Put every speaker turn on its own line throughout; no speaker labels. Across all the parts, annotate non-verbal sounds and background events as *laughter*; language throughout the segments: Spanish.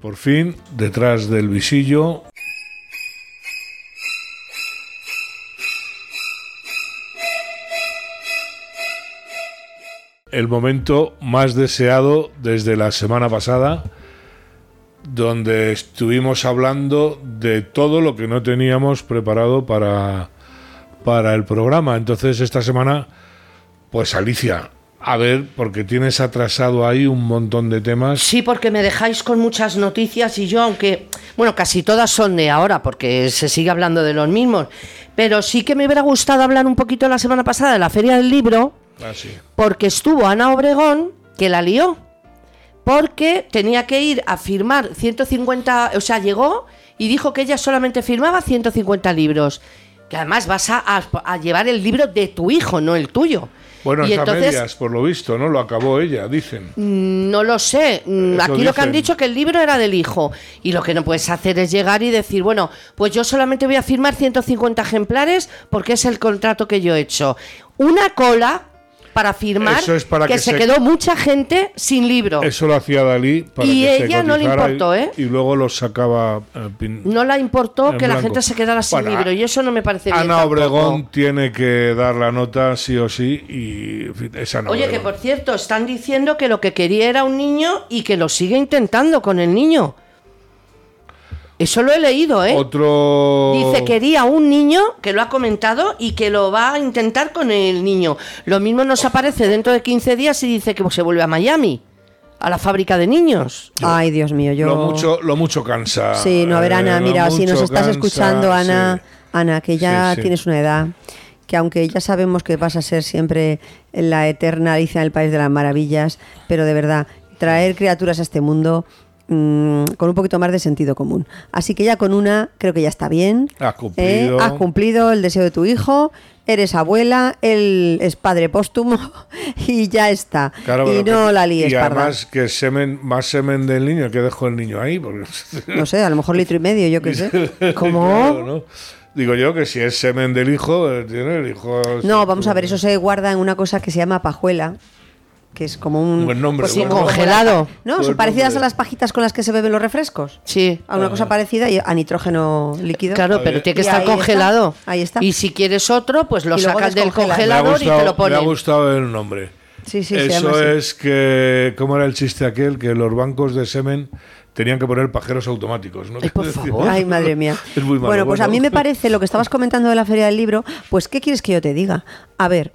Por fin, detrás del visillo, el momento más deseado desde la semana pasada, donde estuvimos hablando de todo lo que no teníamos preparado para, para el programa. Entonces esta semana, pues Alicia, a ver, porque tienes atrasado ahí un montón de temas.
Sí, porque me dejáis con muchas noticias y yo, aunque, bueno, casi todas son de ahora, porque se sigue hablando de los mismos, pero sí que me hubiera gustado hablar un poquito la semana pasada de la Feria del Libro,
Ah, sí.
porque estuvo Ana Obregón, que la lió, porque tenía que ir a firmar 150, o sea, llegó y dijo que ella solamente firmaba 150 libros, que además vas a, a- a llevar el libro de tu hijo, no el tuyo.
Bueno,
y
está
entonces,
medias, por lo visto, ¿no? Lo acabó ella, dicen.
No lo sé. Mm,
Eso
Aquí lo que han
dicen.
dicho que el libro era del hijo. Y lo que no puedes hacer es llegar y decir, bueno, pues yo solamente voy a firmar 150 ejemplares porque es el contrato que yo he hecho. Una cola para firmar
Eso es para que
se,
se-
quedó mucha gente sin libro.
Eso lo hacía Dalí para
Y
que se
ella no le
cotizara y-
importó, ¿eh?
Y luego lo sacaba eh, pin-
No la importó
En
que la
blanco.
gente se quedara sin
Bueno, ah,
libro. Y eso no me parece bien.
Ana
tampoco.
Obregón tiene que dar la nota sí o sí y en fin, es Ana
Oye, que
Obregón.
por cierto, están diciendo que lo que quería era un niño y que lo sigue intentando con el niño. Eso lo he leído, ¿eh?
Otro
Dice quería un niño que lo ha comentado y que lo va a intentar con el niño. Lo mismo nos aparece dentro de 15 días y dice que se vuelve a Miami, a la fábrica de niños.
Ay, Dios mío, yo.
lo mucho lo mucho cansa.
Sí, no, a ver,
eh,
Ana,
lo
mira, si
mucho
nos estás
cansa,
escuchando, Ana,
sí.
Ana, que ya
Sí, sí.
tienes una edad, que aunque ya sabemos que vas a ser siempre la eterna Alicia en el País de las Maravillas, pero de verdad, traer criaturas a este mundo mm, con un poquito más de sentido común. Así que ya con una, creo que ya está bien. Eh,
Has cumplido.
Has cumplido el deseo de tu hijo, eres abuela, él es padre póstumo *laughs* y ya está.
Claro,
y
pero
no
que-
la líes,
Y
parda.
además que semen, más semen del niño que dejó el niño ahí, porque *laughs*
*laughs* No sé, a lo mejor litro y medio, yo qué sé. *laughs*
¿Cómo?
Claro, ¿no? Digo yo que si es semen del hijo, eh, tiene el hijo.
No, vamos a ver, eso se guarda en una cosa que se llama pajuela, que es como un...
Buen nombre,
pues
buen
como-
nombre. *laughs*
Congelado.
No,
Buen
son parecidas
nombre. Ah,
a las pajitas con las que se beben los refrescos.
Sí.
A una cosa parecida y a nitrógeno líquido.
Claro, pero tiene que
Y
estar
ahí está,
congelado.
ahí está.
Y si quieres otro, pues lo
Y luego
sacas del
descongelas.
Me ha
congelador y te lo
gustado- Me ha
ponen.
gustado el nombre.
Sí, sí, se llama
Eso
así.
es que, ¿cómo era el chiste aquel? Que los bancos de semen tenían que poner pajeros automáticos, ¿no? *laughs*
Ay, por favor.
Ay, madre mía.
Es muy malo,
bueno, pues a
bueno. *laughs*
mí me parece lo que estabas comentando de la Feria del Libro, pues ¿qué quieres que yo te diga? A ver,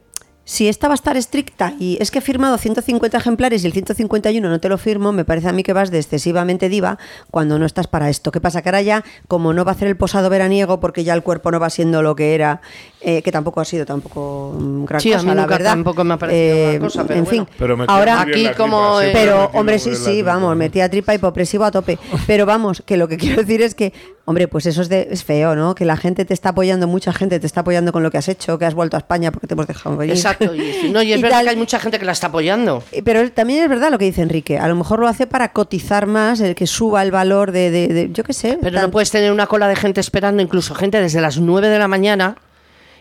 si esta va a estar estricta y es que he firmado 150 ejemplares y el 151 no te lo firmo, me parece a mí que vas de excesivamente diva cuando no estás para esto. ¿Qué pasa? Que ahora ya, como no va a hacer el posado veraniego porque ya el cuerpo no va siendo lo que era, eh, que tampoco ha sido tampoco mm, gran
Sí, a
cosa,
mí
la
nunca
verdad. eh,
tampoco me ha parecido gran cosa, pero
en
bueno.
fin,
Pero me queda
ahora
muy bien la
aquí como-
tripa, siempre me
pero,
ha
hombre, sí,
metido muy
sí,
bien la
vamos,
tripa.
metía tripa hipopresivo a tope. Pero vamos, que lo que quiero decir es que, hombre, pues eso es, de- es feo, ¿no? Que la gente te está apoyando, mucha gente te está apoyando con lo que has hecho, que has vuelto a España porque te hemos dejado venir.
Exacto. Y, no, y es
*laughs* Y
verdad
tal.
que hay mucha gente que la está apoyando.
Eh, Pero también es verdad lo que dice Enrique. A lo mejor lo hace para cotizar más, el que suba el valor de, de- de- yo qué sé.
Pero
tan-
no puedes tener una cola de gente esperando, incluso gente desde las 9 de la mañana.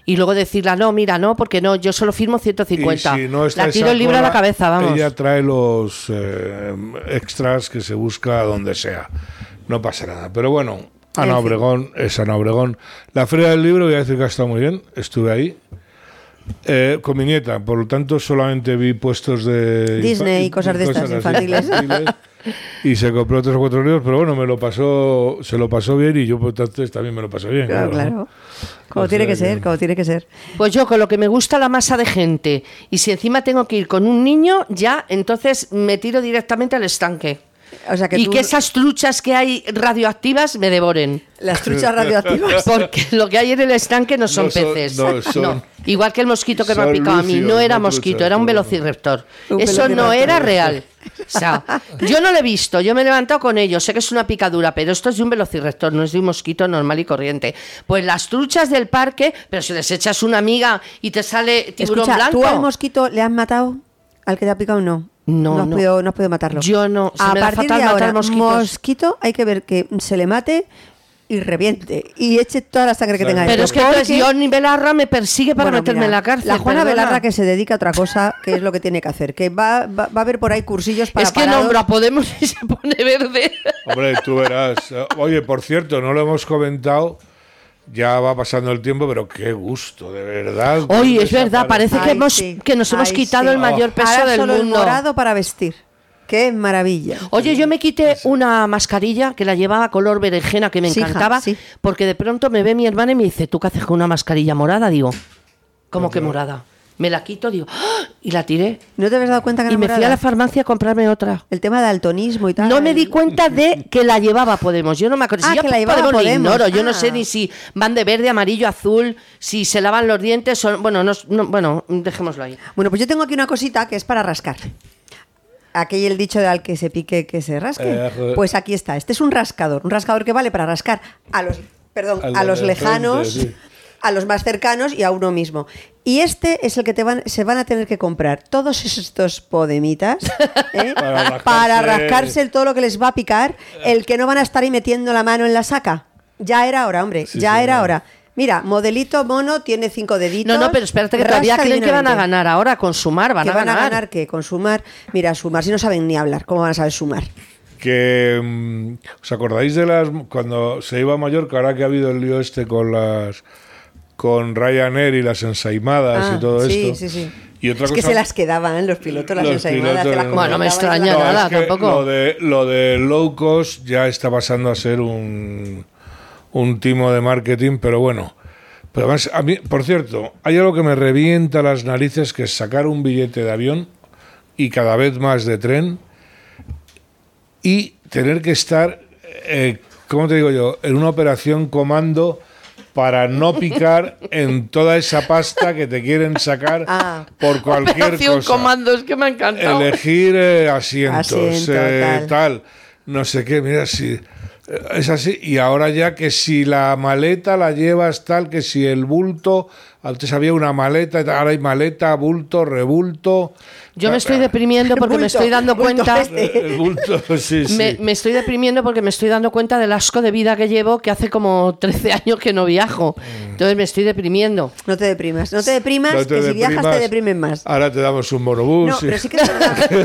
Y luego decirla, no, mira, no, porque no, yo solo firmo 150.
Y si no está
la tiro
esa
el libro a la
cola,
cabeza, vamos.
Ella trae los eh, extras que se busca donde sea. No pasa nada. Pero bueno, Ana Obregón es Ana Obregón. La Feria del Libro, voy a decir que ha estado muy bien. Estuve ahí. eh, con mi nieta, por lo tanto solamente vi puestos de
Disney y cosas de estas,
así,
infantiles.
y se compró tres o cuatro libros, pero bueno, me lo pasó, se lo pasó bien y yo por tanto también me lo pasé bien.
Claro,
claro, ¿no?
claro. Como tiene que ser, como tiene que ser.
Pues yo con lo que me gusta la masa de gente y si encima tengo que ir con un niño, ya entonces me tiro directamente al estanque.
O sea, que
y
tú-
que esas truchas que hay radioactivas me devoren.
Las truchas radioactivas.
Porque lo que hay en el estanque *laughs* no son
No son-
peces.
no, son-
Igual que el mosquito que me
son
ha picado a mí.
lucios,
No era
no
mosquito,
truchas,
era un
pero bueno.
velociraptor.
Un
Eso no
velociraptor.
era real. O
*laughs*
sea, yo no lo he visto, yo me he levantado con ello. Sé que es una picadura, pero esto es de un velociraptor, no es de un mosquito normal y corriente. Pues las truchas del parque, pero si les echas una amiga y te sale tiburón
Escucha, ¿tú al
blanco.
mosquito le has matado? ¿Al que te ha picado no?
No,
has
no.
Podido, no has podido matarlo.
Yo no. Se
a
me da
partir
fatal
de
matar
ahora,
mosquitos.
mosquito hay que ver que se le mate y y reviente y eche toda la sangre que
Claro.
tenga
Pero
dentro.
es que entonces
Porque-
Johnny Belarra me persigue para
Bueno,
meterme
mira,
en la cárcel.
La Juana
perdona.
Belarra que se dedica a otra cosa, que es lo que tiene que hacer, que va, va, va a haber por ahí cursillos para
Es que
parados.
nombra a Podemos *laughs* y se pone verde.
Hombre, tú verás. Eh, Oye, por cierto, no lo hemos comentado. Ya va pasando el tiempo, pero qué gusto, de verdad.
Oye, es
Desaparece.
verdad, parece que,
Ay,
hemos,
sí.
que nos hemos
Ay,
quitado
sí. Oh.
el mayor
Ahora
peso del
solo
mundo.
el morado para vestir. Qué maravilla.
Oye, yo me quité una mascarilla que la llevaba color berenjena que me
Sí, hija,
encantaba,
sí.
porque de pronto me ve mi hermana y me dice, ¿tú qué haces con una mascarilla morada? Digo, ¿cómo que morada? Me la quito, digo, ¡ah! y la tiré.
¿No te habías dado cuenta que
Y me fui a
enamorada?
la farmacia a comprarme otra.
El tema de daltonismo y tal.
No me di cuenta de que la llevaba Podemos. Yo no me acuerdo. Si
Ah,
yo
que la llevaba
Podemos lo
Podemos.
ignoro. Yo no
Ah.
sé ni si van de verde, amarillo, azul, si se lavan los dientes. o- bueno, no, no- bueno, dejémoslo ahí.
Bueno, pues yo tengo aquí una cosita que es para rascar. Aquí hay el dicho de al que se pique que se rasque.
Eh, joder.
pues aquí está. Este es un rascador, un rascador que vale para rascar a los, perdón,
Al
a
de
los
la frente,
lejanos,
sí.
a los más cercanos y a uno mismo. Y este es el que te van, se van a tener que comprar todos
*laughs*
estos podemitas ¿eh?
Para rascarse.
para rascarse el- todo lo que les va a picar, el que no van a estar ahí metiendo la mano en la saca. Ya era hora, hombre,
Sí,
ya
sí,
era
no.
hora. Mira, modelito mono tiene cinco deditos.
No, no, pero espérate que todavía
rasca
creen que van a
divinamente
ganar ahora con sumar. Van,
que
a, ganar.
que con sumar, mira, sumar, si no saben ni hablar, ¿cómo van a saber sumar?
Que, mm, ¿Os acordáis de las. cuando se iba a Mallorca, ahora que ha habido el lío este con las. con Ryanair y las ensaimadas
Ah,
y todo
sí,
esto?
sí, sí.
Y otra
es
cosa,
que se las quedaban los pilotos, las
Los
ensaimadas,
pilotos,
se las
¿no?
Bueno, me
compraban
extraña
y las
No,
nada.
es que
tampoco.
Lo de, lo de low cost ya está pasando a ser un, un timo de marketing, pero bueno. Pero además, a mí, por cierto, hay algo que me revienta las narices, que es sacar un billete de avión y cada vez más de tren y tener que estar, eh, ¿cómo te digo yo?, en una operación comando para no picar en toda esa pasta que te quieren
*laughs*
sacar
Ah.
por cualquier
Operación
cosa
Comando, es que me ha encantado.
elegir eh, asientos,
Asiento,
eh,
tal.
tal. no sé qué, mira, si eh, es así. Y ahora ya que si la maleta la llevas tal, que si el bulto, antes había una maleta, y tal, ahora hay maleta, bulto, rebulto. Ah, eh,
Yo me estoy deprimiendo porque me
Bulto,
estoy dando
bulto
cuenta.
este.
El bulto, *laughs* sí, sí.
Me, me estoy deprimiendo porque me estoy dando cuenta del asco de vida que llevo, que hace como 13 años que no viajo. Entonces me estoy deprimiendo.
No te deprimas, no te deprimas,
No te
que si viajas
deprimas.
te deprimen más.
Ahora te damos un monobús.
no,
sí. *laughs*
pero sí que te,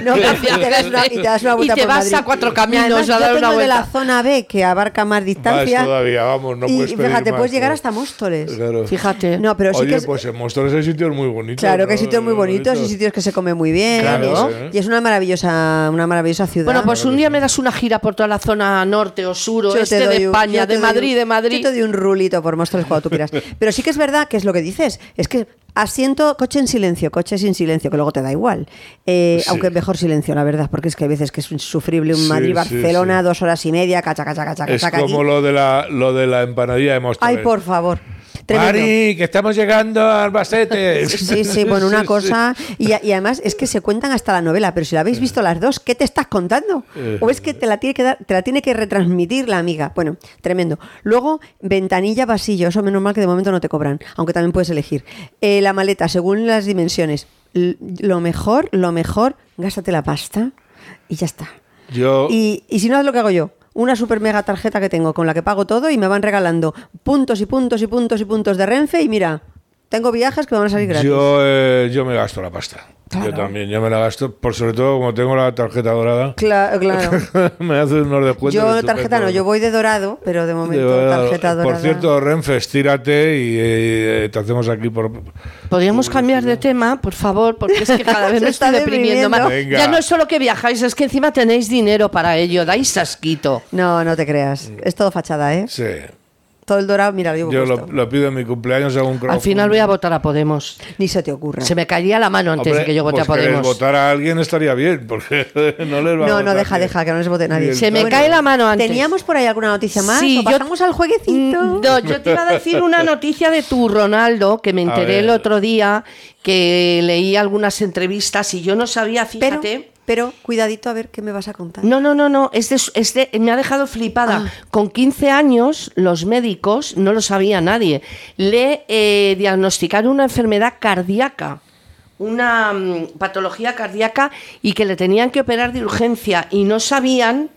no, pero sí que te das una, y te das una
Y
vuelta
te
por
vas
Madrid.
a cuatro caminos
Además,
a
yo
dar
tengo
una
de la
vuelta.
zona B, que abarca más distancia.
Más todavía, vamos, no
y
puedes pedir
fíjate,
más,
puedes llegar
¿no?
hasta Móstoles.
Claro.
Fíjate.
No, pero sí
Oye,
que es,
pues en Móstoles hay sitios muy bonitos.
Claro que hay
¿no?
sitios muy bonitos y sitios que se come muy bien.
Claro.
y, es, y es una maravillosa, una maravillosa ciudad.
bueno, pues un día me das una gira por toda la zona norte o sur o
Yo
este
te doy
de
un-
España,
yo te
de
doy un-
Madrid, de
Yo
Madrid.
te doy un rulito por mostrar cuando
*laughs*
tú quieras. Pero sí que es verdad que es lo que dices. Es que asiento, coche en silencio, coche sin silencio, que luego te da igual. Eh,
Pues Sí.
Aunque mejor silencio, la verdad, porque es que hay veces que es insufrible un
Sí,
Madrid-Barcelona,
sí, sí.
dos horas y media, cacha, cacha, cacha,
Es
cacha.
como lo de, la, lo de la empanadilla de Móstoles.
Ay, por favor. Tremendo.
Mari, que estamos llegando a Albacete.
*laughs* Sí, sí, bueno, una cosa. Y, a- y además es que se cuentan hasta la novela, pero si la habéis visto las dos, ¿qué te estás contando? ¿O es que te la tiene que, dar, te la tiene que retransmitir la amiga? Bueno, tremendo. Luego, ventanilla, vasillo, eso menos mal que de momento no te cobran, aunque también puedes elegir. Eh, la maleta, según las dimensiones. L- lo mejor, lo mejor, gástate la pasta y ya está.
Yo,
Y, y si no, es lo que hago yo. Una super mega tarjeta que tengo con la que pago todo y me van regalando puntos y puntos y puntos y puntos de Renfe y mira, tengo viajes que me van a salir gratis.
yo, eh, yo me gasto la pasta. Yo también, yo me la gasto. Por sobre todo, como tengo la tarjeta dorada, *laughs*
Cla- claro.
me hace unos descuentos.
yo
estupendos.
tarjeta no, yo voy de dorado, pero de
De
momento
verdad.
tarjeta dorada.
Por cierto, Renfe, estírate y eh, te hacemos aquí por.
Podríamos cambiar de tema, por favor, porque
*laughs*
es que cada vez
Se
me
está
estoy deprimiendo más.
deprimiendo.
Ya
Venga.
no es solo que viajáis, es que encima tenéis dinero para ello, dais asquito.
No, no te creas. Es todo fachada, ¿eh?
Sí.
Todo el dorado, mira, lo llevo
Yo lo,
puesto.
lo pido en mi cumpleaños a un
Al final voy a votar a Podemos.
Ni se te ocurra.
Se me caería la mano antes de que yo vote
pues
a
que les
Podemos.
votara a alguien estaría bien, porque *laughs* no les va a
No, no,
votar
deja,
bien.
deja, que no les vote nadie.
Se me cae la mano antes.
¿Teníamos por ahí alguna noticia más?
Sí,
¿O
yo-
pasamos al jueguecito?
Mm, No, yo te iba a decir una noticia de tu Ronaldo que me enteré
ver.
el otro día que leí algunas entrevistas y yo no sabía,
pero,
fíjate.
pero, cuidadito, a ver qué me vas a contar.
No, no, no, no. este Es de su- es de- me ha dejado flipada.
Ah.
Con 15 años, los médicos, no lo sabía nadie, le eh, diagnosticaron una enfermedad cardíaca, una mm, patología cardíaca y que le tenían que operar de urgencia y no sabían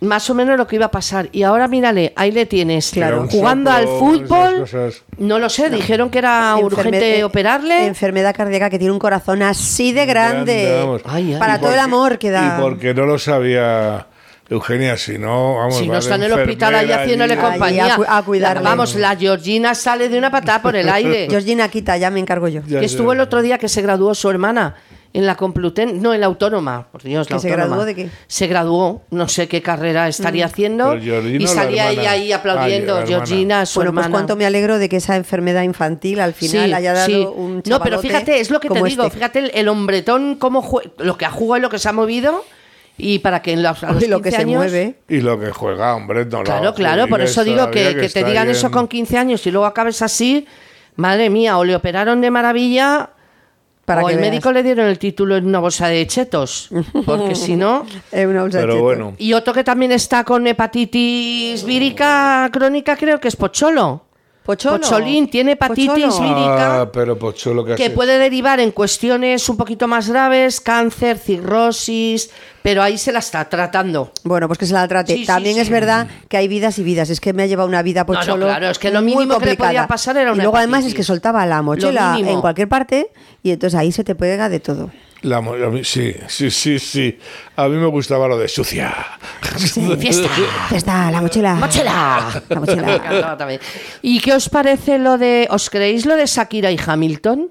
más o menos lo que iba a pasar. Y ahora mírale, ahí le tienes,
Claro. Era un
jugando al
soplo,
fútbol.
esas cosas.
No lo sé, dijeron que era
Enferme-
Ah, urgente
eh,
operarle.
Enfermedad cardíaca que tiene un corazón así de grande.
Grande, vamos.
Ay, ay.
para
Y
todo el amor que da.
Y porque no lo sabía Eugenia, si no, vamos.
si
va
no
de
está en el hospital ahí
enfermera allí.
haciéndole
allí.
compañía.
a cu- a cuidarle.
Vamos, la Georgina sale de una patada
*laughs*
por el aire.
Georgina, quita, ya me encargo yo.
Ya,
que
ya.
estuvo el otro día que se graduó su hermana en la Complutense, no, en la Autónoma, por Dios, la
¿Que se
Autónoma.
graduó de qué? Mm.
Se graduó, no sé qué carrera estaría haciendo,
Pero Georgina
y
o la
salía ella
hermana.
ahí aplaudiendo,
Ah, la hermana.
Georgina, su
bueno,
hermana.
pues cuánto me alegro de que esa enfermedad infantil al final
Sí,
haya dado
sí.
un
No, pero
chavalote
fíjate, es lo que te
como
digo,
este.
fíjate el, el hombretón, cómo jue- lo que ha jugado y lo que se ha movido, y para que en los, a los
Y lo que
15
se
años-
mueve.
Y lo que juega, hombre, no lo
Claro, claro, por
jubiles
eso digo
todavía,
que, que te
está
digan
bien.
eso con 15 años y luego acabes así, madre mía, o le operaron de maravilla
Para
o
que
al
veas.
médico le dieron el título en una bolsa de
*laughs*
chetos, porque si no...
Eh, una bolsa de
Pero
chetos.
bueno,
Y otro que también está con hepatitis vírica crónica creo que es Pocholo.
Pocholo.
Pocholín tiene hepatitis
Pocholo.
vírica
ah, pero Pocholo que
que
hace-
puede derivar en cuestiones un poquito más graves, cáncer, cirrosis, pero ahí se la está tratando.
Bueno, pues que se la trate.
Sí, sí,
También
sí.
es verdad que hay vidas y vidas. Es que me ha llevado una vida
no,
pocholo.
claro, es que lo
muy
mínimo que le
complicada.
podía pasar era una
Y luego además es
hepatitis.
que soltaba la
Lo
mochila
mínimo.
en cualquier parte y entonces ahí se te pega de todo.
La mo- a mí- sí, sí, sí, sí. A mí me gustaba lo de sucia. *laughs*
Fiesta.
Ya está, la mochila.
¡Mochila!
Ah,
*laughs*
La mochila.
Me encantaba también. ¿Y qué os parece lo de... ¿Os creéis lo de Shakira y Hamilton?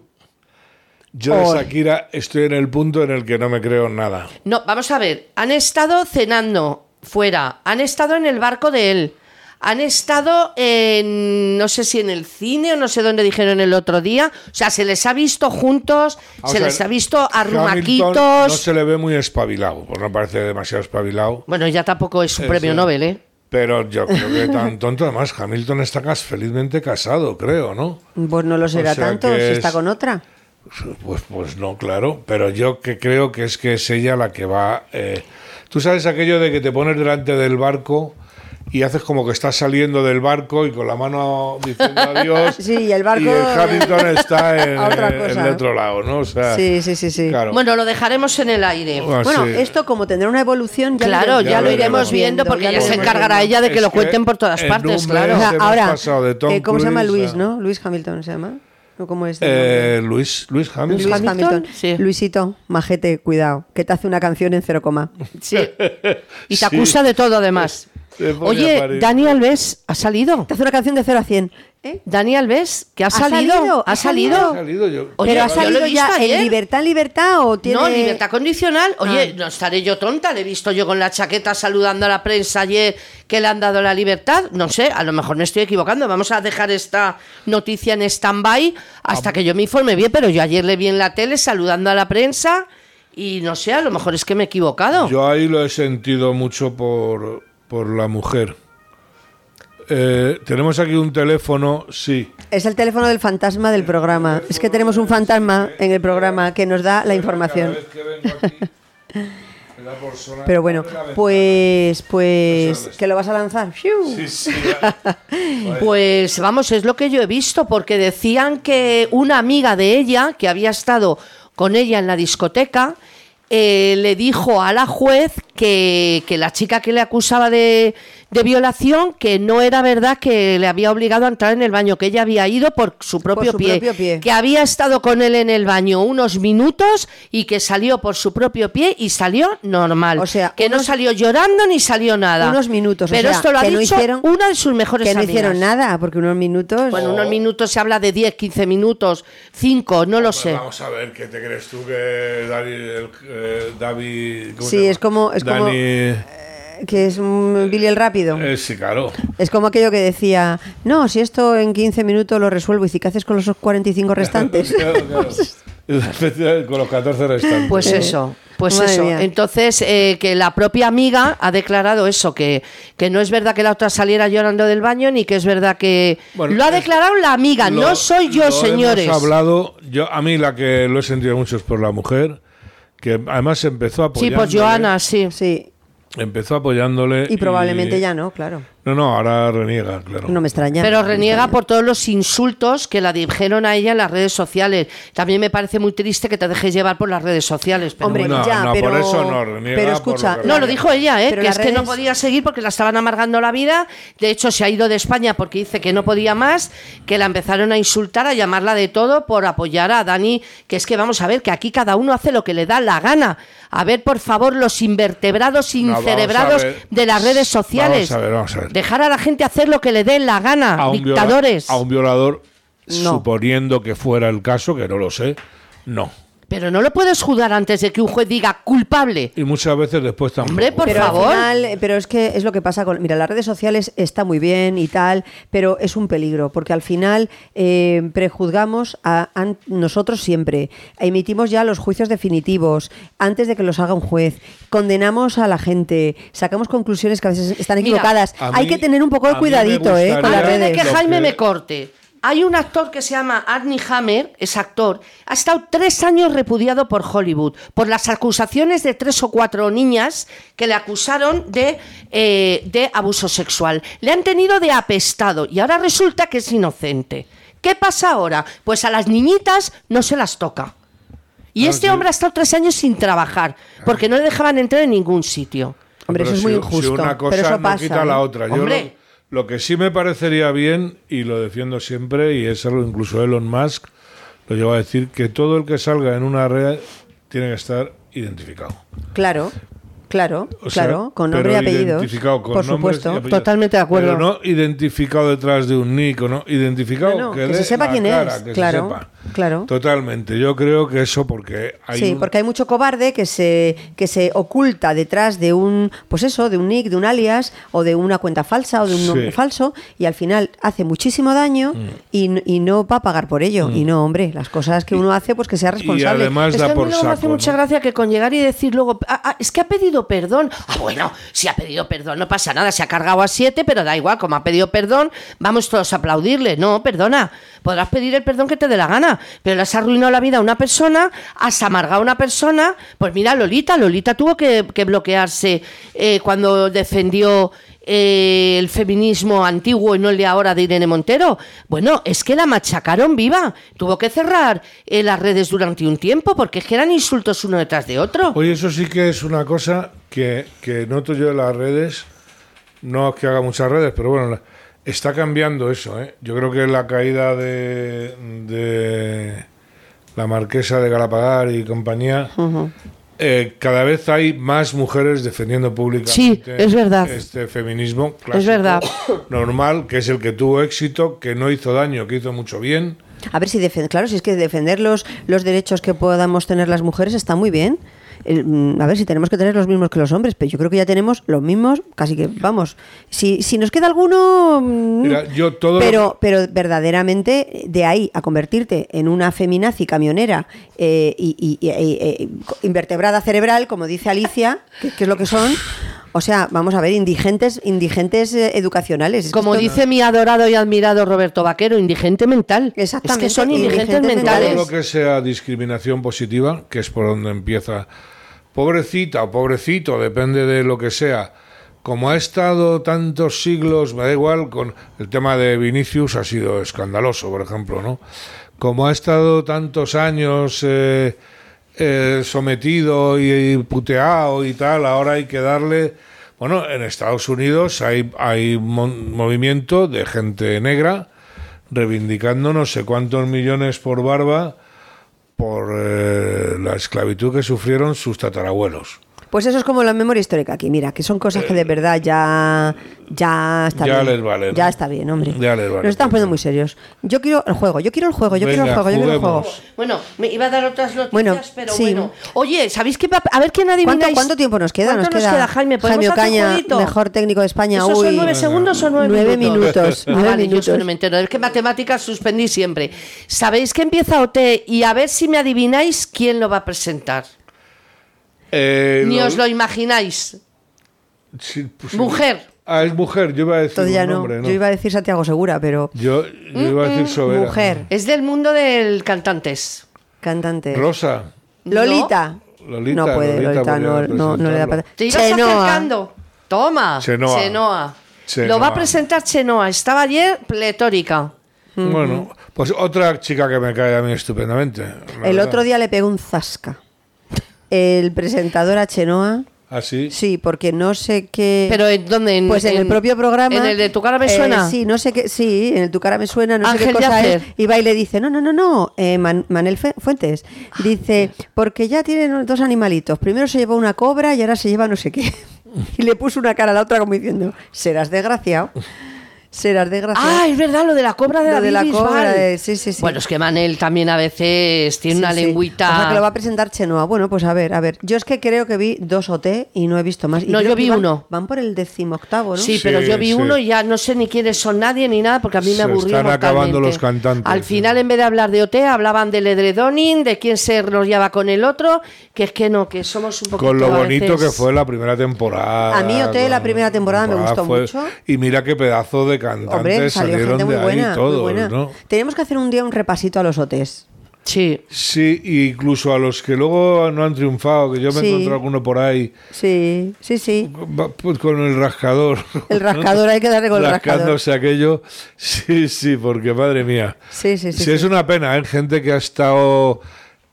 Yo de
Oy.
Shakira estoy en el punto en el que no me creo en nada.
No, vamos a ver. Han estado cenando fuera, han estado en el barco de él, han estado en, no sé si en el cine o no sé dónde dijeron el otro día. O sea, se les ha visto juntos,
Vamos
se
a
les
ver,
ha visto
Ah, Hamilton
arrumaquitos.
No se le ve muy espabilado, pues no parece demasiado espabilado.
Bueno, ya tampoco es un premio
Eso.
Nobel, ¿eh?
Pero
*laughs*
yo creo que tan tonto, además, Hamilton está cas- felizmente casado, creo, ¿no?
Pues no lo será
sea
tanto
que
si
es-
está con otra.
Pues, pues no, claro. Pero yo que creo que es que es ella la que va. eh, Tú sabes aquello de que te pones delante del barco y haces como que estás saliendo del barco y con la mano
*laughs*
diciendo adiós.
Sí, y el barco-
Y el Hamilton está en,
*laughs* A otra
en
cosa.
el otro lado, ¿no? O sea,
Sí, sí, sí, sí.
Claro.
Bueno, lo dejaremos en el aire.
Bueno,
Bueno,
Ah, sí.
esto como tendrá una evolución, ya
claro,
ya
ya lo
veremos.
iremos viendo porque
ya
ya
lo
se
iremos
encargará
viendo.
ella de que
Es
lo
que
cuenten por todas
en
partes,
un
claro.
mes-
O sea,
Hemos
ahora,
pasado de Tom
eh, ¿cómo se llama
Cruise
Luis,
a-
no? Luis Hamilton se llama. ¿O ¿Cómo es? el nombre?
Eh, Luis, Luis Hamilton.
Luis Hamilton.
Hamilton, sí.
Luisito, majete, cuidado, que te hace una canción en cero coma.
Sí. Y te
*laughs* Sí.
acusa de todo, además.
Te voy a
Oye,
parir.
Dani Alves ha salido.
Te hace una canción de 0 a 100. ¿eh?
Dani Alves, que ha,
¿Ha
salido,
salido?
ha
¿Ha
salido.
salido?
Ha salido yo.
Oye,
Pero ha
yo lo he
salido
visto
ya
ayer.
en libertad, libertad o tiene.
No, libertad condicional. Oye,
Ah.
no estaré yo tonta. Le he visto yo con la chaqueta saludando a la prensa ayer que le han dado la libertad. No sé, a lo mejor me estoy equivocando. Vamos a dejar esta noticia en stand-by hasta que yo me informe bien. Pero yo ayer le vi en la tele saludando a la prensa y no sé, a lo mejor es que me he equivocado.
Yo ahí lo he sentido mucho por, por la mujer. Eh, tenemos aquí un teléfono, sí.
Es el teléfono del fantasma del programa. Es que tenemos un fantasma en el programa que nos da la información. Pero bueno, pues, pues, que lo vas a lanzar. ¡Fiu!
Sí,
*laughs*
sí.
Pues vamos, es lo que yo he visto, porque decían que una amiga de ella, que había estado con ella en la discoteca, eh, le dijo a la juez que, que la chica que le acusaba de, de violación, que no era verdad que le había obligado a entrar en el baño, que ella había ido por su propio,
su
pie,
propio pie.
que había estado con él en el baño unos minutos y que salió por su propio pie y salió normal.
O sea,
que no
unos-
salió llorando ni salió nada.
Unos minutos, o
Pero
sea,
esto lo ha
que no
dicho
hicieron-
una de sus mejores
Que no
amigas.
hicieron nada, porque unos minutos.
Bueno, unos minutos se habla de 10, 15 minutos, 5, no lo sé.
Pues Vamos a ver, ¿qué te crees tú que Dani, el- eh, David... ¿cómo
Sí,
se
es
llama?
como- es como-
Dani-
eh, Que es un Billy el rápido.
eh, sí, claro.
Es como aquello que decía, no, si esto en 15 minutos lo resuelvo, ¿y si qué haces con los
*laughs*
45 restantes?
Claro,
*laughs*
claro. Con los 14 restantes.
Pues eso, pues
Madre
eso.
mía.
Entonces, eh, que la propia amiga ha declarado eso, que, que no es verdad que la otra saliera llorando del baño, ni que es verdad que...
Bueno,
lo ha
es-
declarado la amiga,
Lo-
no soy yo,
lo
señores.
Hemos hablado, yo, a mí la que lo he sentido mucho es por la mujer, que además empezó
Sí,
apoyándole.
pues Joana, sí.
Sí,
Empezó apoyándole.
y probablemente ya no, claro.
No, no, ahora reniega, claro.
No me extraña.
Pero
no me
reniega
extraña.
por todos los insultos que la dijeron a ella en las redes sociales. También me parece muy triste que te dejes llevar por las redes sociales. pero
Hombre,
bueno.
No,
ya,
no, por
pero.
eso no, reniega
pero
por
escucha.
lo que
No, lo dijo ella, ¿eh?
Pero
que es
las
que no
redes-
podía seguir porque la estaban amargando la vida. De hecho, se ha ido de España porque dice que no podía más, que la empezaron a insultar, a llamarla de todo por apoyar a Dani. Que es que vamos a ver que aquí cada uno hace lo que le da la gana. A ver, por favor, los invertebrados,
vamos a
incerebrados
ver.
de las redes sociales.
Vamos a ver, vamos a ver.
Dejar a la gente hacer lo que le den la gana,
A un, viola-
dictadores.
a un violador,
No.
suponiendo que fuera el caso, que no lo sé, no.
Pero no lo puedes juzgar antes de que un juez diga culpable.
Y muchas veces después tampoco.
Hombre, por
Pero al
favor.
final, eh, pero es que es lo que pasa con. Mira, las redes sociales está muy bien y tal, pero es un peligro, porque al final eh, prejuzgamos a, an- nosotros siempre. Emitimos ya los juicios definitivos antes de que los haga un juez. Condenamos a la gente, sacamos conclusiones que a veces están
Mira,
equivocadas.
a
Hay
mí-
que tener un poco
a
de
mí me
cuidadito, ¿eh? Con las
gustaría-
Antes de
redes.
que
Lo
Jaime
que-
me corte, hay un actor que se llama Arnie Hammer, es actor, ha estado tres años repudiado por Hollywood por las acusaciones de tres o cuatro niñas que le acusaron de, eh, de abuso sexual. Le han tenido de apestado y ahora resulta que es inocente. ¿Qué pasa ahora? Pues a las niñitas no se las toca. Y
Ah,
este
sí.
hombre ha estado tres años sin trabajar porque no le dejaban entrar en ningún sitio.
Hombre, eso es muy
si-
injusto.
Si una cosa
pero eso
no
pasa. ¿eh?
quita la otra. Yo lo,
Hombre.
lo que sí me parecería bien, y lo defiendo siempre, y es algo incluso Elon Musk lo lleva a decir, que todo el que salga en una red tiene que estar identificado.
Claro, claro,
O sea,
claro, con
pero
nombre y apellidos.
identificado con
por
nombres y
supuesto.
apellidos.
Totalmente de acuerdo.
Pero no identificado detrás de un nick, o no identificado
No, no,
que,
que
dé
se sepa
la
quién
cara,
es,
que se
claro,
sepa.
claro.
Totalmente. Yo creo que eso porque hay
sí,
un-
porque hay mucho cobarde que se, que se oculta detrás de un, pues eso, de un nick, de un alias o de una cuenta falsa o de un
Sí. Mm.
nombre falso y al final hace muchísimo daño y, n- y no va a pagar por ello. Y no, hombre, las cosas que uno hace, pues que sea
y
responsable.
además
Es que
da
a mí
por
luego
saco.
me hace
¿no?
mucha gracia que con llegar y decir luego, "Ah, ah, es que ha pedido perdón. Ah, bueno, si ha pedido perdón, no pasa nada, se ha cargado a siete, pero da igual, como ha pedido perdón, vamos todos a aplaudirle. No, perdona, podrás pedir el perdón que te dé la gana, pero le has arruinado la vida a una persona, has amargado a una persona. Pues mira, Lolita, Lolita tuvo que, que bloquearse eh, cuando defendió eh, el feminismo antiguo y no el de ahora de Irene Montero. Bueno, es que la machacaron viva. Tuvo que cerrar eh, las redes durante un tiempo porque es que eran insultos uno detrás de otro.
Oye, eso sí que es una cosa que, que noto yo en las redes. No es que haga muchas redes, pero bueno, la- está cambiando eso. ¿eh? Yo creo que la caída de, de la marquesa de Galapagar y compañía, eh, cada vez hay más mujeres defendiendo públicamente
Sí, es verdad.
este feminismo clásico,
verdad.
normal, que es el que tuvo éxito, que no hizo daño, que hizo mucho bien.
A ver si defen- claro, si es que defender los, los derechos que podamos tener las mujeres está muy bien. El, mm, a ver si tenemos que tener los mismos que los hombres, pero yo creo que ya tenemos los mismos, casi que vamos. Si, si nos queda alguno. mm,
Mira, yo todo lo-
Pero, pero verdaderamente, eh, de ahí a convertirte en una feminazi camionera eh, y, y- y- y- y- co- invertebrada cerebral, como dice Alicia, que, que es lo que son. O sea, vamos a ver, indigentes, indigentes eh, educacionales. Es que
Como
esto-
dice mi adorado y admirado Roberto Vaquero, indigente mental.
Exactamente,
Es que son indigentes,
indigentes
mentales.
Todo lo que sea discriminación positiva, que es por donde empieza pobrecita o pobrecito, depende de lo que sea. Como ha estado tantos siglos, me da igual, con el tema de Vinicius ha sido escandaloso, por ejemplo, ¿no? Como ha estado tantos años eh, eh, sometido y, y puteado y tal, ahora hay que darle... Bueno, en Estados Unidos hay, hay mon- movimiento de gente negra reivindicando no sé cuántos millones por barba por eh, la esclavitud que sufrieron sus tatarabuelos.
Pues eso es como la memoria histórica aquí, mira, que son cosas que de verdad ya, ya está
Eh. ya
bien.
les vale, ¿no?
Ya está bien, hombre.
Ya les vale,
Nos estamos
pues,
poniendo
sí.
muy serios. Yo quiero el juego, yo quiero el juego, yo quiero el
Venga,
juego, yo quiero el juego.
juguemos.
Bueno, me iba a dar otras noticias,
Bueno,
pero
sí.
bueno. Oye, ¿sabéis qué? va- A ver quién adivina.
¿Cuánto, cuánto tiempo nos queda?
¿Cuánto nos queda, Jaime? ¿Podemos hacer
Jaime
un
Ocaña,
jueguito?
mejor técnico de España.
¿Eso
Uy.
son nueve segundos o nueve,
Nueve minutos,
minutos? *laughs*
nueve
Ah, vale, yo es que
minutos.
no me entero. Es que matemáticas suspendí siempre. Sabéis que empieza OT y a ver si me adivináis quién lo va a presentar.
Eh,
Ni
lo-
os lo imagináis.
sí, pues sí.
Mujer.
Ah, es mujer, yo iba a decir
Entonces ya
un
no,
nombre, ¿no?
yo iba a decir Santiago Segura, pero
Yo- yo iba a decir Soberano.
mujer,
Es del mundo del cantantes.
cantante.
Rosa.
Lolita.
Lolita,
no puede,
Lolita
Lolita,
podría
no, no, no le da
presentarlo.
para.
Te ibas
Chenoa.
acercando. Toma.
Chenoa.
Chenoa.
Chenoa.
Lo va a presentar Chenoa. Estaba ayer pletórica.
Mm-hmm.
Bueno, pues otra chica que me cae a mí estupendamente. la
El
verdad.
otro día le pegó un zasca. El presentador a Chenoa.
¿Ah, sí?
Sí, porque no sé qué.
Pero ¿en dónde? ¿En-
Eh, pues en, el
en-
propio programa.
en el de Tu cara me
eh,
suena?
sí, no sé qué. Sí, en el Tu cara me suena, no sé
Ángel
qué cosa
Yacer.
es. Y va y le dice: No, no, no, no. eh, Man- Manel Fe- Fuentes. Dice: Porque ya tienen dos animalitos. Primero se llevó una cobra y ahora se lleva no sé qué. *laughs* Y le puso una cara a la otra como diciendo: Serás desgraciado. Serás desgraciado.
Ah, es verdad, lo de la cobra de
Lo
la
de la
Bibis,
cobra
vale.
de- sí, sí, sí.
Bueno, es que Manel también a veces tiene
Sí,
una
sí.
lengüita.
O sea, que lo va a presentar Chenoa. Bueno, pues a ver, a ver. Yo es que creo que vi dos OT y no he visto más. Y
No,
creo
yo
que
vi
van-
uno.
Van por el decimoctavo, ¿no?
Sí,
Sí,
pero yo vi
sí.
uno y ya no sé ni quiénes son nadie ni nada porque a mí
Se
me aburrió.
están acabando
mortalmente.
los cantantes,
Al
sí.
final, en vez de hablar de OT, hablaban del edredoning, de quién se rodeaba con el otro, que es que no, que somos un poquito.
Con lo
a
bonito
veces-
que fue la primera temporada.
A mí OT la
con-
primera temporada me gustó mucho.
Y mira qué pedazo de cantantes
Hombre, salió
salieron
gente muy
de ahí
buena,
todos,
muy buena.
¿no?
Tenemos que hacer un día un repasito a los OTs. Eh,
Sí.
Sí, y incluso a los que luego no han triunfado, que yo me
Sí.
encontré alguno por ahí,
Sí, sí, sí.
va, pues, con el rascador.
El rascador, hay que darle con el rascador.
Rascándose aquello. Sí, sí, porque madre mía.
Sí, sí, sí.
Sí,
sí.
es una pena, ¿eh? gente que ha estado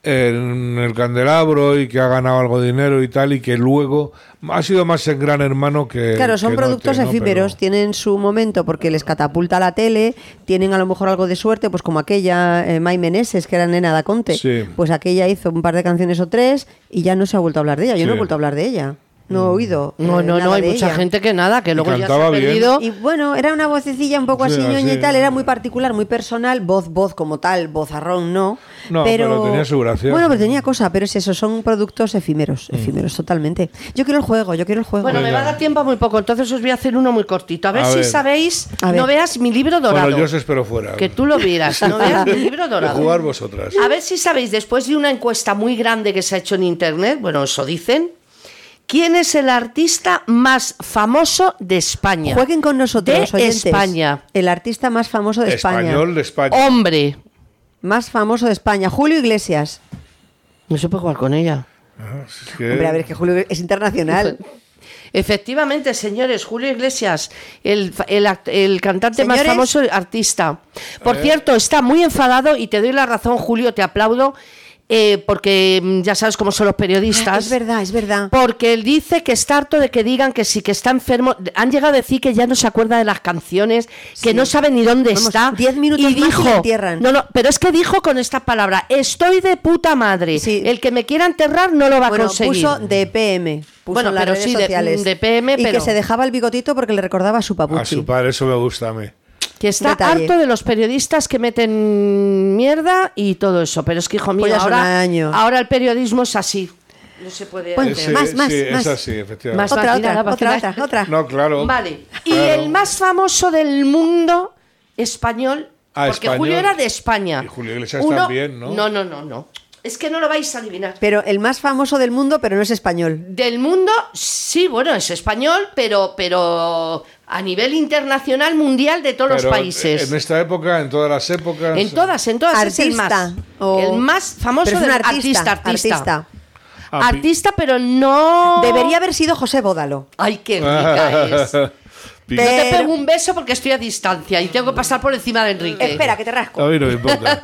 en el candelabro y que ha ganado algo de dinero y tal, y que luego ha sido más en gran hermano que.
Claro, son
que no,
productos
que no,
efímeros,
pero-
tienen su momento porque les catapulta la tele, tienen a lo mejor algo de suerte, pues como aquella eh, May Meneses, que era nena da Conte,
Sí.
pues aquella hizo un par de canciones o tres y ya no se ha vuelto a hablar de ella, yo no
Sí.
he vuelto a hablar de ella, no he oído.
Mm. No,
eh,
no, no,
nada
hay
de
mucha
ella.
gente que nada, que luego ya se ha
cantaba bien.
perdido.
Y bueno, era una vocecilla un poco
Sí,
así, ñoña
así.
y tal, era muy particular, muy personal, voz, voz como tal, vozarrón no.
No, pero tenía su gracia. Mm.
Bueno, pero tenía cosa, pero es eso, son productos efímeros, efímeros totalmente. Yo quiero el juego, yo quiero el juego.
Bueno, me va a dar tiempo muy poco, entonces os voy a hacer uno muy cortito. A ver
A
si
ver.
sabéis,
A ver.
no veas mi libro dorado.
Bueno, yo os espero fuera.
Que tú lo vieras, no veas mi
*laughs*
libro
De
dorado.
jugar vosotras.
Ah,
A ver si sabéis, después de una encuesta muy grande que se ha hecho en internet, bueno, eso dicen, ¿quién es el artista más famoso de España?
Jueguen con nosotros,
De
oyentes.
España.
El artista más famoso de España. Oh.
Español de España.
Hombre.
Más famoso de España, Julio Iglesias.
No se puede jugar con ella.
Ah, Es que-
Hombre, a ver, que Julio Iglesias
*laughs*
es internacional.
Efectivamente, señores, Julio Iglesias, el, fa- el act- el cantante más
Señores.
famoso artista. Por cierto, está muy enfadado y te doy la razón, Julio, te aplaudo, eh, porque mm, ya sabes cómo son los periodistas.
Ah, es verdad, es verdad.
Porque él dice que está harto de que digan que sí, que está enfermo. Han llegado a decir que ya no se acuerda de las canciones, que
Sí.
no sabe ni dónde
Vamos,
está.
diez minutos
y
más y le
dijo,
entierran.
No, no, pero es que dijo con esta palabra, estoy de puta madre.
Sí.
El que me quiera enterrar no lo va
Bueno,
a conseguir.
puso de PM. Puso
Bueno,
en las
pero
redes
sí, de- mm,
sociales.
de PM,
y
pero-
que se dejaba el bigotito porque le recordaba a su papuchi.
A su padre, eso me gusta a mí.
Que está
Detalle.
harto de los periodistas que meten mierda y todo eso. Pero es que, hijo mío,
Pues ya son
ahora,
años. Pues
ahora el periodismo es así. No se puede...
Bueno,
hacer.
Ese-
más, más,
sí,
más.
Es así, efectivamente.
Más
otra,
vacilada,
otra, otra,
vacilada.
otra, otra.
No, claro.
Vale. Y
Claro.
el más famoso del mundo español.
Ah,
porque
español.
Julio era de España.
Y Julio Iglesias también, ¿no?
No, no, no, no. Es que no lo vais a adivinar.
Pero el más famoso del mundo, pero no es español.
Del mundo, sí, bueno, es español, pero, pero a nivel internacional, mundial, de todos
Pero
los países.
En esta época, en todas las épocas.
En todas, en todas es el más.
o-
El más famoso
Pero es
del
un
artista,
artista,
artista.
artista.
Ah, pi-
Artista, pero no.
Debería haber sido José Bódalo.
Ay,
*laughs*
qué rica es.
Pi-
Yo te
Pero-
pego un beso porque estoy a distancia y tengo que pasar por encima de Enrique.
Espera, que te
A
rasco.
mí no me importa.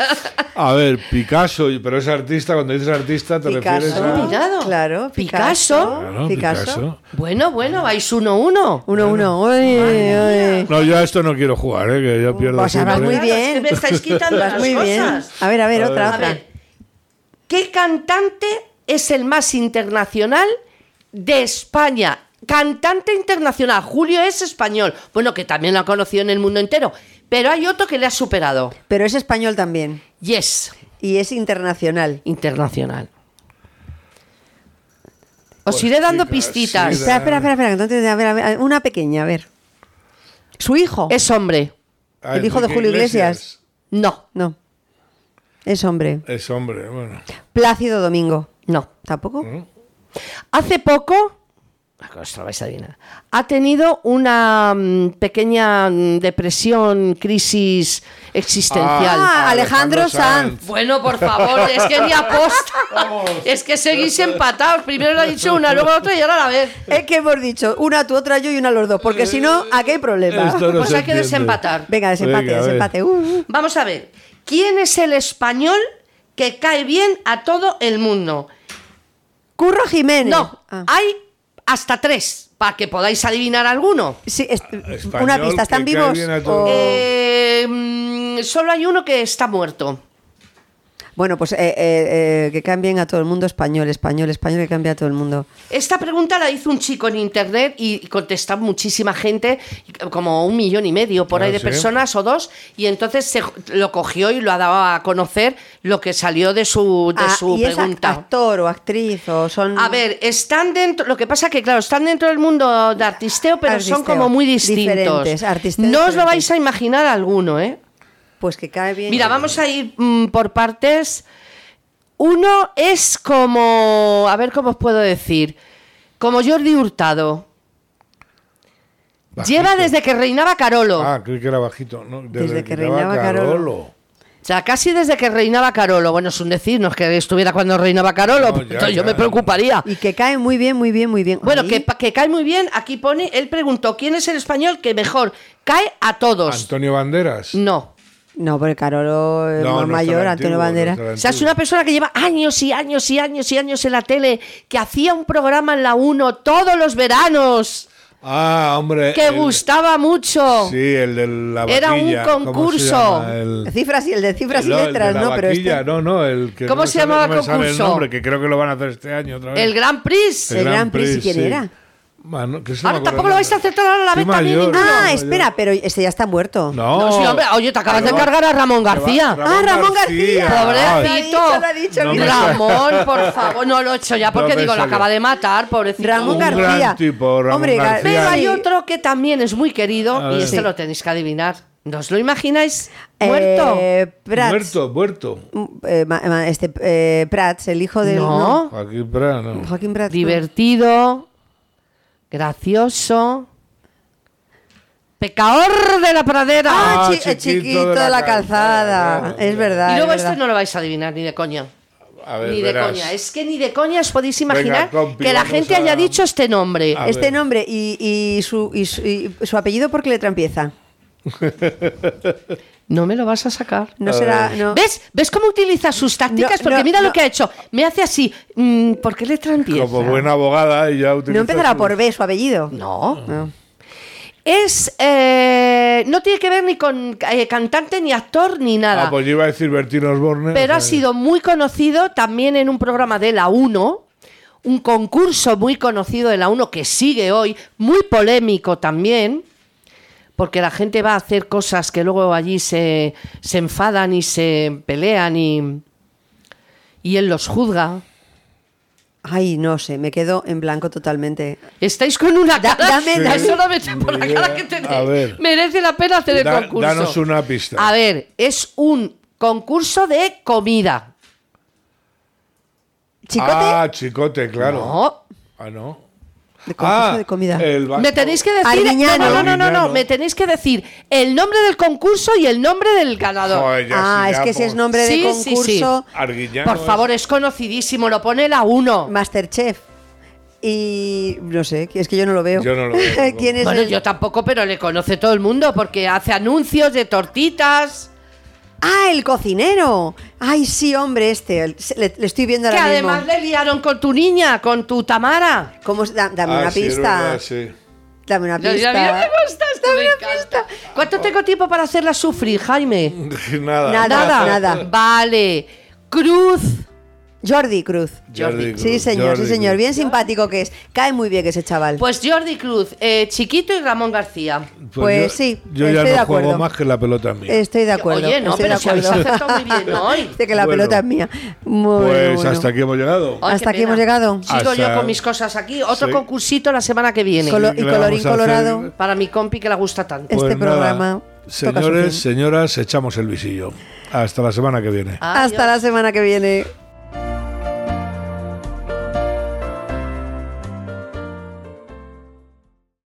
A ver, Picasso, y- pero es artista, cuando dices artista te refieres
Ah,
a...
mira. mirado.
Claro,
Picasso.
Picasso.
Claro,
Bueno, bueno, vais uno a uno.
Uno, uno. Uy, uy.
No, yo a esto no quiero jugar, ¿eh? que
Oh,
yo pierdo
Pues
siempre.
sabrás muy bien.
Es que me estáis quitando
Vas
las
muy bien.
cosas.
A ver, a ver,
A
otra,
A
otra.
ver, ¿qué cantante es el más internacional de España? Cantante internacional. Julio es español. Bueno, que también lo ha conocido en el mundo entero. Pero hay otro que le ha superado.
Pero es español también.
Yes,
Y es internacional.
internacional. Os
Pues,
iré dando
chicas,
pistitas.
sí,
Espera, espera, espera, espera. que no te- a ver, a ver, una pequeña, a ver. ¿Su hijo?
Es hombre.
Ah,
El hijo de
Enrique
Julio Iglesias.
No,
No. Es hombre.
Es hombre, bueno.
Plácido Domingo.
Mm.
no.
¿Tampoco?
Hace poco os Ah, lo vais a adivinar. Ha tenido una mm, pequeña mm, depresión, crisis existencial.
Ah, Alejandro Sanz.
Bueno, por favor, es que ni aposta.
Vamos.
Es que seguís empatados. Primero le ha dicho una, luego la otra y ahora la vez.
Es que hemos dicho una tú, otra yo y una los dos, porque si no, aquí hay problema.
Esto no
Pues
se
hay que
entiende.
desempatar.
Venga, desempate,
Venga, a ver.
desempate. Uh, uh.
Vamos a ver. ¿Quién es el español que cae bien a todo el mundo?
Curro Jiménez.
No,
Ah.
hay hasta tres para que podáis adivinar alguno.
Sí, es-
Ah, Español
una pista, ¿están
que cae
vivos?
bien a
o-
Oh.
todo.
Eh, mm, solo hay uno que está muerto.
Bueno, pues eh, eh, eh, que cambien a todo el mundo español, español, español, que cambie a todo el mundo.
Esta pregunta la hizo un chico en internet y contesta muchísima gente, como un millón y medio por
Ah,
ahí de
¿sí?
personas o dos, y entonces se lo cogió y lo ha dado a conocer lo que salió de su, de
Ah,
su
¿Y es act-
pregunta.
actor o actriz o son...
A ver, están dentro, lo que pasa que claro, están dentro del mundo de artisteo, pero son
Artisteo.
como muy distintos.
Diferentes, artisteo
no os lo
diferentes.
vais a imaginar alguno, ¿eh?
Pues que cae bien.
Mira, vamos a ir mm, por partes. Uno es como, a ver cómo os puedo decir, como Jordi Hurtado.
Bajito.
Lleva desde que reinaba Carolo.
Ah, creí que era bajito. ¿no? Desde,
Desde
que,
que
reinaba
reinaba Carolo.
Carolo.
O sea, casi desde que reinaba Carolo. Bueno, es un decir, no es que estuviera cuando reinaba Carolo,
No, ya,
entonces
ya.
yo me preocuparía.
Y que cae muy bien, muy bien, muy bien.
Bueno,
Ay,
que, pa- que cae muy bien, aquí pone, él preguntó, ¿quién es el español que mejor cae a todos?
Antonio Banderas.
No.
No, porque Carolo es
No,
más
no
mayor,
está el antiguo,
Antonio Bandera.
no está el
O sea, es
antiguo.
una persona que lleva años y años y años y años en la tele, que hacía un programa en la 1 todos los veranos,
Ah, hombre.
que
el-
gustaba mucho.
Sí, el de la
Era un
vaquilla, ¿cómo se
concurso.
llama? El-
Cifras y el de cifras
No,
y
el de
letras,
la
¿no? Pero
vaquilla,
este-
no, no, el que
¿Cómo
no me
se
sale-
llamaba
no me sale
concurso?
el nombre, que creo que lo van a hacer este año otra vez.
El Gran Prix.
El Gran Prix, ¿y quién
sí.
era?
Manu- que se me
Ahora
acuerda el
tampoco lo vais a
nombre.
aceptar ahora a la
Soy
vez también
mayor.
ninguno.
Ah,
No,
espera, pero este ya está muerto.
No.
No, sí, hombre, oye, te acabas de
Ramón-
cargar a Ramón García.
Ah, Ramón García.
Ay,
Ay,
Pobrecito.
lo ha dicho,
lo ha dicho, mira.
Ramón, por favor, *laughs* no lo he hecho ya
No
porque
me
digo, lo
sale.
acaba de matar, pobrecito.
Ramón
Un
García.
gran tipo, Ramón
Hombre, Gar-
García.
Pero hay
Sí.
otro que también es muy querido
A
y
ver.
este
Sí.
lo tenéis que adivinar. ¿No os lo imagináis?
Eh,
Muerto.
Prats.
Muerto, muerto.
Mm, eh, ma- ma- este, eh, Prats, el hijo del...
No.
Joaquín Prat, no.
no, Joaquín Prats. no.
Divertido, gracioso. Pecaor de la pradera.
Ah, chi-
Ah,
eh, chiquito, de la calzada. Es verdad.
y luego
es
este
verdad.
no lo vais a adivinar ni de coña.
A ver,
ni
Pues verás.
de coña. Es que ni de coña os podéis imaginar
compi,
que la
vamos
gente
a-
haya dicho este nombre.
A
Este
ver.
nombre y, y su, y su, y su apellido, ¿por qué letra empieza?
No me lo vas a sacar.
No será. No.
¿Ves? ¿Ves cómo utiliza sus tácticas?
No,
Porque
no,
mira lo
no.
que ha hecho. Me hace así. Mm, ¿Por qué letra empieza?
Como buena abogada, ella
No
utiliza
empezará
su-
por B su apellido.
No.
No.
Es. eh, no tiene que ver ni con eh, cantante, ni actor, ni nada.
Ah, pues yo iba a decir Bertino Osborne.
Pero
o
ha
sea,
sido muy conocido también en un programa de la 1, un concurso muy conocido de la 1 que sigue hoy, muy polémico también, porque la gente va a hacer cosas que luego allí se, se enfadan y se pelean y, y él los juzga.
Ay, no sé, me quedo en blanco totalmente.
Estáis con una
Da-
cara,
dame-
es
Sí.
solamente por la
Ni
cara
idea.
que tenéis.
A ver.
Merece la pena hacer el
da-
concurso.
danos una pista.
A ver, es un concurso de comida.
¿Chicote?
Ah, chicote, claro.
No,
Ah, no.
de concurso
Ah,
de comida.
el vasco.
Me tenéis que decir. No,
Arguiñano.
no, no, no, no,
Arguiñano.
me tenéis que decir el nombre del concurso y el nombre del ganador.
Joder, ya
ah,
sí,
es
ya
que si
por-
es nombre
Sí,
de
sí,
concurso,
sí.
Arguiñano eh.
Por favor, es conocidísimo, lo pone la 1.
Masterchef. Y no sé, es que yo no lo veo.
Yo no lo
*laughs*
veo tampoco.
¿Quién es
Bueno,
el-
yo tampoco, pero le conoce todo el mundo porque hace anuncios de tortitas.
Ah, el cocinero. Ay, sí, hombre, este. el- se- Le, le estoy viendo
Que
ahora mismo.
además le liaron con tu niña, con tu Tamara.
¿Cómo se- da- dame
Ah,
una
sí, es
pista.
verdad, sí. *laughs*
Dame una
Lo-
pista.
a mí me gusta, esto me encanta. ¿Cuánto tengo tiempo para hacerla
*laughs*
sufrir, Jaime?
Nada.
Nada. nada.
Vale. Cruz.
Jordi Cruz.
Jordi Cruz,
Sí, señor,
Jordi
sí, señor.
Cruz.
Bien simpático que es. Cae muy bien ese chaval.
Pues Jordi Cruz, eh, Chiquito y Ramón García.
Pues sí,
Yo
estoy
ya no
de
juego
acuerdo.
más que la pelota mía.
Estoy de acuerdo.
Oye, no,
estoy
pero
de
si habéis
acuerdo.
acertado muy
*laughs*
bien hoy.
Dice que la
Bueno.
pelota es mía. Bueno,
pues
bueno.
hasta aquí hemos llegado.
Ay, qué
Hasta aquí
pena.
hemos llegado.
Sigo yo
Hasta-
con mis cosas aquí. Otro
Sí.
concursito la semana que viene.
Colo-
¿qué
y
le
colorín
vamos a hacer?
colorado.
Para mi compi que la gusta tanto.
Eh. este
Pues nada,
programa toca su fin.
Señores, señoras, echamos el visillo. Hasta la semana que viene.
Adiós.
Hasta la semana que viene.